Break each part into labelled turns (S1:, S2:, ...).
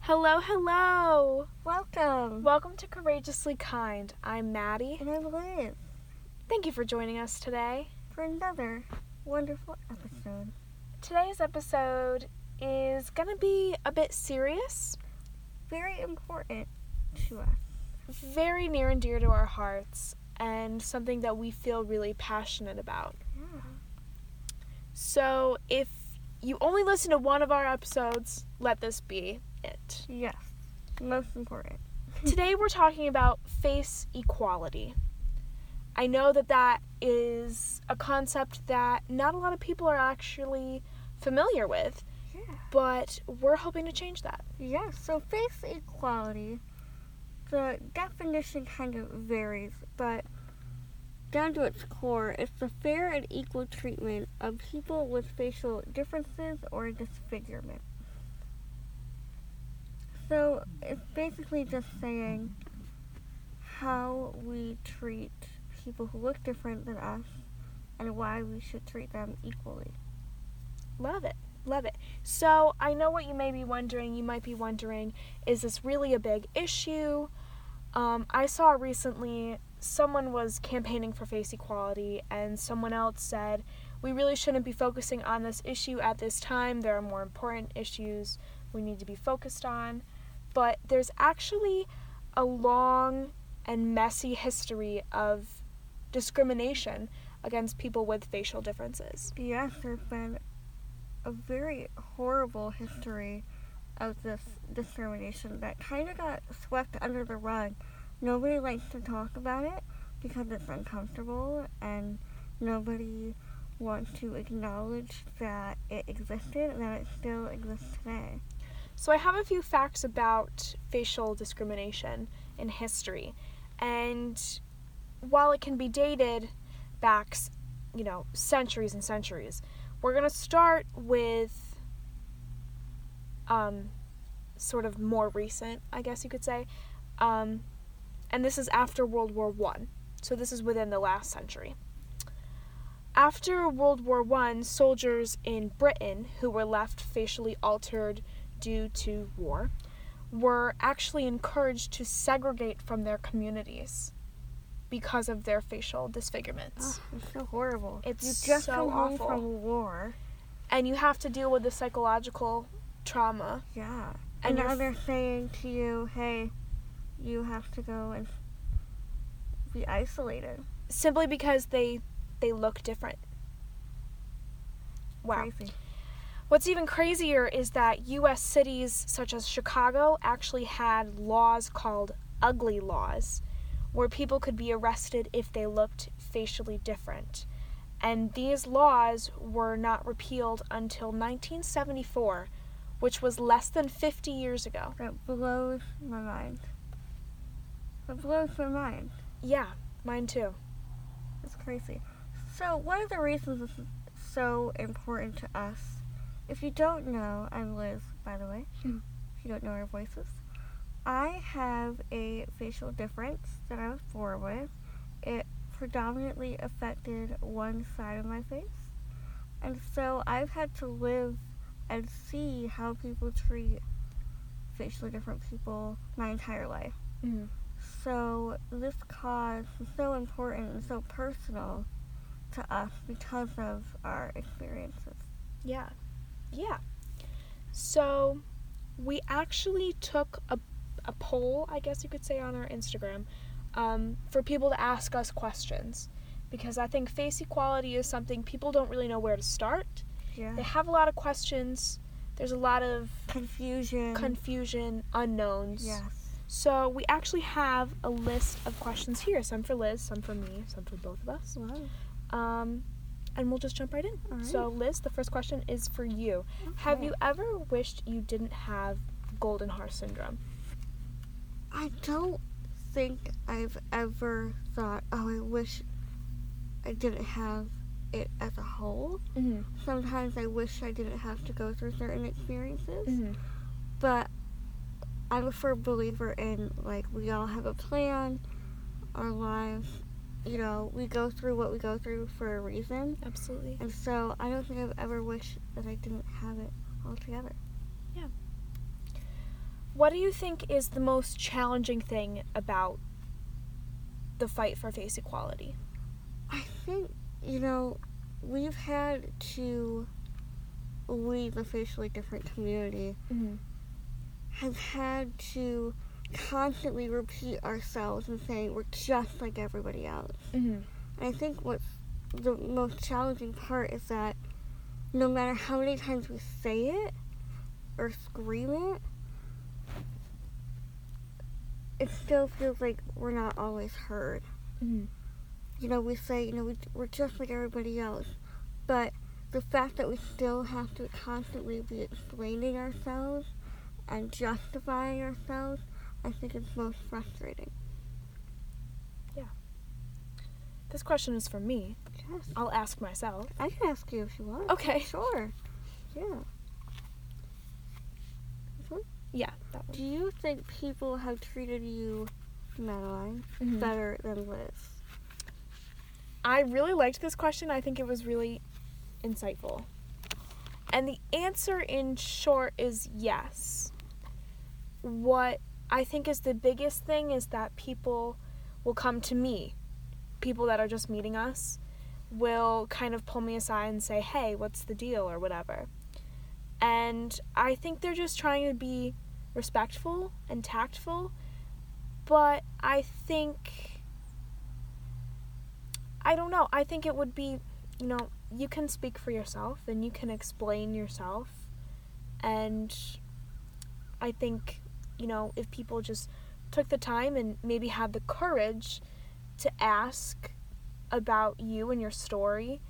S1: Hello, hello!
S2: Welcome.
S1: Welcome to Courageously Kind. I'm Maddie.
S2: And I'm Liv
S1: Thank you for joining us today.
S2: for another wonderful episode.
S1: Today's episode is gonna be a bit serious,
S2: Very important to us.
S1: very near and dear to our hearts, and something that we feel really passionate about.
S2: Yeah.
S1: So, if you only listen to one of our episodes, let this be it.
S2: Yes. Most important.
S1: Today, we're talking about face equality. I know that that is a concept that not a lot of people are actually familiar with,
S2: Yeah.
S1: but we're hoping to change that.
S2: Yeah. So face equality. The definition kind of varies, but down to its core, it's the fair and equal treatment of people with facial differences or disfigurement. So it's basically just saying how we treat people who look different than us and why we should treat them equally.
S1: Love it. Love it. So, I know what you may be wondering. You might be wondering, is this really a big issue? Um, I saw recently someone was campaigning for face equality, and someone else said, We really shouldn't be focusing on this issue at this time. There are more important issues we need to be focused on. But there's actually a long and messy history of discrimination against people with facial differences.
S2: Yes, there's been a very horrible history of this discrimination that kind of got swept under the rug. Nobody likes to talk about it because it's uncomfortable and nobody wants to acknowledge that it existed and that it still exists today.
S1: So I have a few facts about facial discrimination in history. And while it can be dated back, s- you know, centuries and centuries, we're going to start with um, sort of more recent, I guess you could say. Um, and this is after World War One, so this is within the last century. After World War One, soldiers in Britain who were left facially altered due to war were actually encouraged to segregate from their communities because of their facial disfigurements.
S2: Ugh, Ah, it's so horrible.
S1: It's
S2: you just
S1: so
S2: come home
S1: awful.
S2: from war.
S1: And you have to deal with the psychological trauma.
S2: Yeah.
S1: And
S2: And,
S1: you're
S2: now
S1: f-
S2: they're saying to you, hey, you have to go and be isolated.
S1: simply because they they look different. Wow.
S2: Crazy.
S1: What's even crazier is that US cities such as Chicago actually had laws called ugly laws where people could be arrested if they looked facially different. And these laws were not repealed until 1974, which was less than 50 years ago.
S2: That blows my mind. That blows my mind.
S1: Yeah, mine too.
S2: It's crazy. So, one of the reasons this is so important to us, if you don't know, I'm Liz, by the way,
S1: Hmm.
S2: if you don't know our voices, I have a facial difference that I was born with. It predominantly affected one side of my face. And so, I've had to live and see how people treat facially different people my entire life.
S1: Mhm.
S2: So this cause is so important and so personal to us because of our experiences.
S1: Yeah. Yeah. So we actually took a, a poll, I guess you could say, on our Instagram um, for people to ask us questions because I think face equality is something people don't really know where to start. They
S2: Yeah.
S1: have a lot of questions, there's a lot of
S2: Confusion.
S1: confusion, unknowns.
S2: yes.
S1: So we actually have a list of questions here some for Liz, some for me, some for both of us. Um, and we'll just jump right in.
S2: All right.
S1: So, Liz, the first question is for you. Have
S2: Okay.
S1: you ever wished you didn't have golden heart syndrome?
S2: I don't think I've ever thought, oh, I wish I didn't have it as a whole.
S1: Mm-hmm.
S2: Sometimes I wish I didn't have to go through certain experiences.
S1: Mm-hmm.
S2: but I'm a firm believer in like we all have a plan, our lives, you know, we go through what we go through for a reason.
S1: Absolutely.
S2: And so I don't think I've ever wished that I didn't have it altogether.
S1: What do you think is the most challenging thing about the fight for face equality?
S2: I think, you know, we've had to leave a facially different community,
S1: Mm-hmm.
S2: has had to constantly repeat ourselves and saying we're just like everybody else.
S1: Mm-hmm.
S2: I think what's the most challenging part is that no matter how many times we say it or scream it, it still feels like we're not always heard.
S1: Mm-hmm.
S2: You know, we say, you know, we, we're just like everybody else, but the fact that we still have to constantly be explaining ourselves and justifying ourselves, I think is most frustrating.
S1: This question is for me.
S2: Yes.
S1: I'll ask myself.
S2: I can ask you if you want.
S1: Okay.
S2: Sure. Yeah.
S1: Yeah, that one.
S2: Do you think people have treated you, Madeline,
S1: Mhm.
S2: better than Liz?
S1: I really liked this question. I think it was really insightful. And the answer in short is yes. What I think is the biggest thing is that people will come to me. People that are just meeting us will kind of pull me aside and say, "Hey, what's the deal?" or whatever. And I think they're just trying to be respectful and tactful, but I think I don't know. I think it would be, you know, you can speak for yourself and you can explain yourself. And I think, you know, if people just took the time and maybe had the courage to ask about you and your story,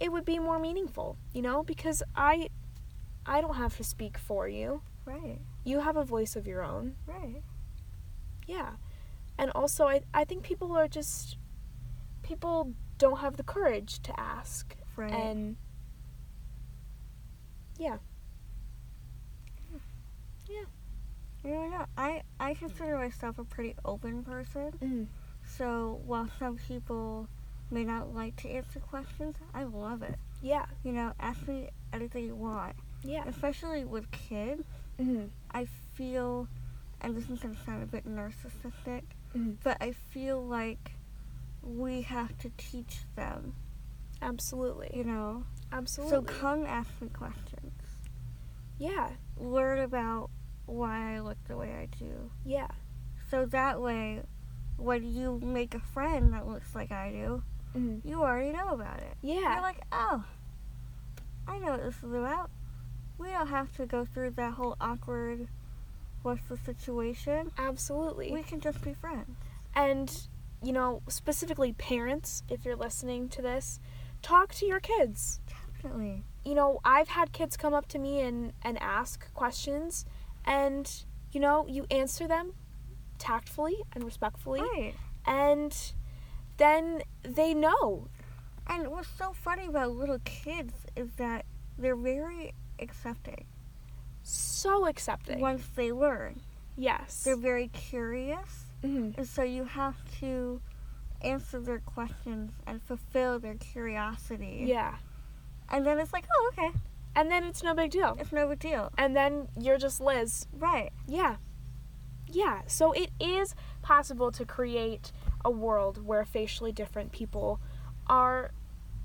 S1: it would be more meaningful, you know, because I I don't have to speak for you.
S2: Right,
S1: You have a voice of your own.
S2: right.
S1: Yeah. And also, I, I think people are just, people don't have the courage to ask.
S2: Right.
S1: And yeah.
S2: you know, no, I, I consider myself a pretty open person.
S1: Mm.
S2: So while some people may not like to answer questions, I love it.
S1: Yeah.
S2: You know, ask me anything you want.
S1: Yeah.
S2: Especially with kids,
S1: Mm.
S2: I feel, and this is going to sound a bit narcissistic,
S1: Mhm.
S2: but I feel like we have to teach them,
S1: Absolutely.
S2: you know? So
S1: Absolutely.
S2: come ask me questions.
S1: yeah.
S2: Learn about why I look the way I do.
S1: Yeah.
S2: So that way, when you make a friend that looks like I do,
S1: Mm.
S2: you already know about it.
S1: Yeah.
S2: You're like, oh, I know what this is about. We don't have to go through that whole awkward, what's the situation?
S1: Absolutely.
S2: We can just be friends.
S1: and, you know, specifically parents, if you're listening to this, talk to your kids.
S2: Definitely.
S1: you know, I've had kids come up to me and, and ask questions, and you know, you answer them tactfully and respectfully,
S2: Right.
S1: and then they know.
S2: And what's so funny about little kids is that they're very accepting
S1: So accepting.
S2: once they learn.
S1: yes.
S2: They're very curious,
S1: Mhm.
S2: and so you have to answer their questions and fulfill their curiosity.
S1: Yeah.
S2: And then it's like, oh, okay,
S1: And then it's no big deal.
S2: it's no big deal.
S1: And then you're just Liz.
S2: Right.
S1: Yeah. Yeah. So it is possible to create a world where facially different people are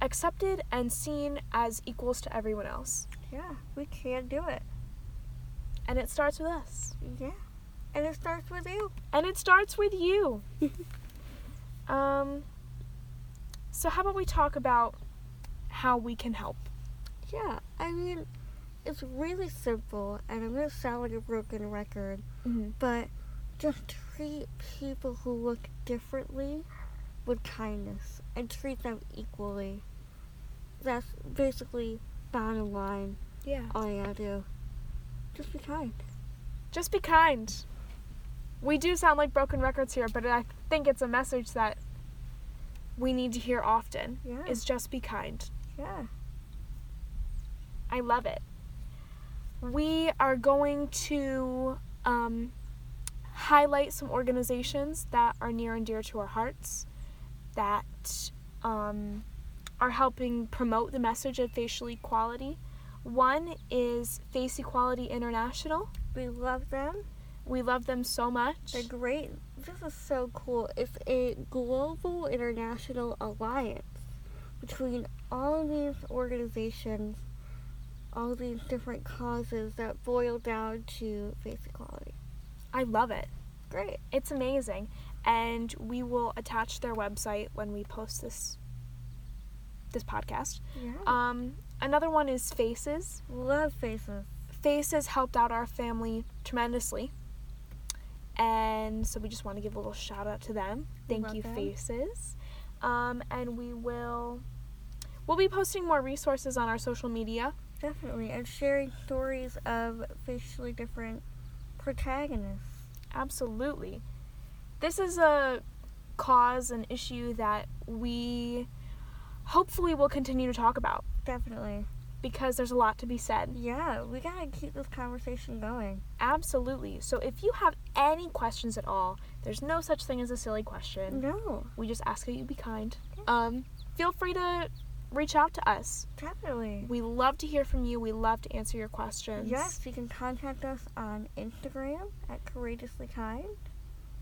S1: accepted and seen as equals to everyone else.
S2: Yeah, we can do it.
S1: And it starts with us.
S2: Yeah. And it starts with you.
S1: And it starts with you. um, so, how about we talk about how we can help?
S2: Yeah, I mean, it's really simple, and I'm going to sound like a broken record,
S1: Mhm.
S2: but just treat people who look differently with kindness and treat them equally. That's basically bottom line.
S1: Yeah.
S2: All you gotta do. Just be kind.
S1: Just be kind. We do sound like broken records here, but I think it's a message that we need to hear often
S2: Yeah.
S1: is just be kind.
S2: yeah.
S1: I love it. We are going to um, highlight some organizations that are near and dear to our hearts that um, are helping promote the message of facial equality. One is Face Equality International,
S2: We love them.
S1: We love them so much.
S2: They're great. This is so cool. It's a global international alliance between all these organizations, all these different causes that boil down to face equality.
S1: I love it.
S2: Great.
S1: It's amazing. And we will attach their website when we post this this podcast.
S2: Yeah.
S1: Um, another one is Faces.
S2: love faces.
S1: Faces helped out our family tremendously. And so we just want to give a little shout out to them.
S2: We
S1: Thank
S2: love
S1: you,
S2: them.
S1: Faces. Um, and we will we'll be posting more resources on our social media.
S2: Definitely. And sharing stories of facially different protagonists.
S1: Absolutely. This is a cause and issue that we hopefully will continue to talk about
S2: Definitely.
S1: because there's a lot to be said.
S2: Yeah, we gotta keep this conversation going.
S1: Absolutely. So if you have any questions at all, there's no such thing as a silly question.
S2: No,
S1: We just ask that you be kind. Um, feel free to reach out to us.
S2: definitely.
S1: We love to hear from you. We love to answer your questions.
S2: Yes, you can contact us on Instagram at Courageously Kind.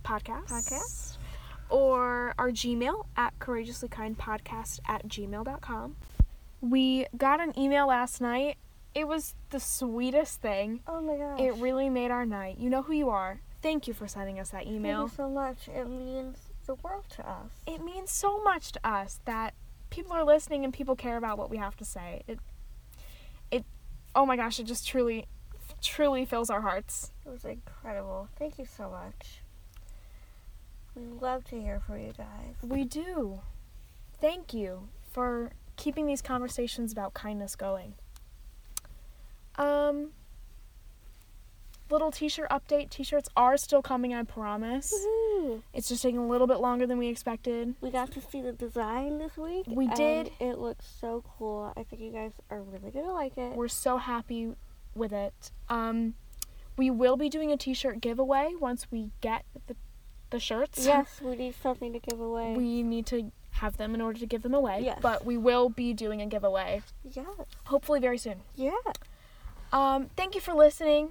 S1: Podcast.
S2: Podcast.
S1: Or our Gmail at courageouslyKindPodcast at gmail.com. We got an email last night. It was the sweetest thing.
S2: Oh my gosh.
S1: It really made our night. You know who you are. Thank you for sending us that
S2: Thank you
S1: email.
S2: so much. It means the world to us.
S1: It means so much to us that people are listening and people care about what we have to say. It, it, oh my gosh, it just truly, truly fills our hearts.
S2: It was incredible. Thank you so much. We love to hear from you guys.
S1: We do. Thank you for keeping these conversations about kindness going. Um little t-shirt update. T-shirts are still coming, I promise.
S2: Mm-hmm. Woohoo!
S1: It's just taking a little bit longer than we expected.
S2: We got to see the design this week.
S1: We
S2: and
S1: did.
S2: It looks so cool. I think you guys are really gonna like it.
S1: We're so happy with it. Um we will be doing a t-shirt giveaway once we get the the shirts.
S2: yes, we need something to give away.
S1: We need to have them in order to give them away,
S2: Yes.
S1: but we will be doing a giveaway
S2: yes.
S1: hopefully very soon.
S2: Yeah.
S1: Um, thank you for listening.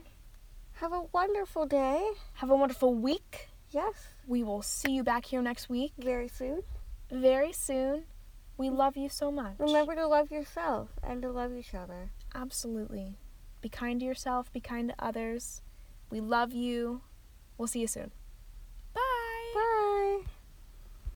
S2: Have a wonderful day.
S1: Have a wonderful week.
S2: Yes,
S1: We will see you back here next week
S2: very soon.
S1: very soon. We love you so much.
S2: Remember to love yourself and to love each other.
S1: Absolutely. Be kind to yourself, be kind to others. We love you. We'll see you soon.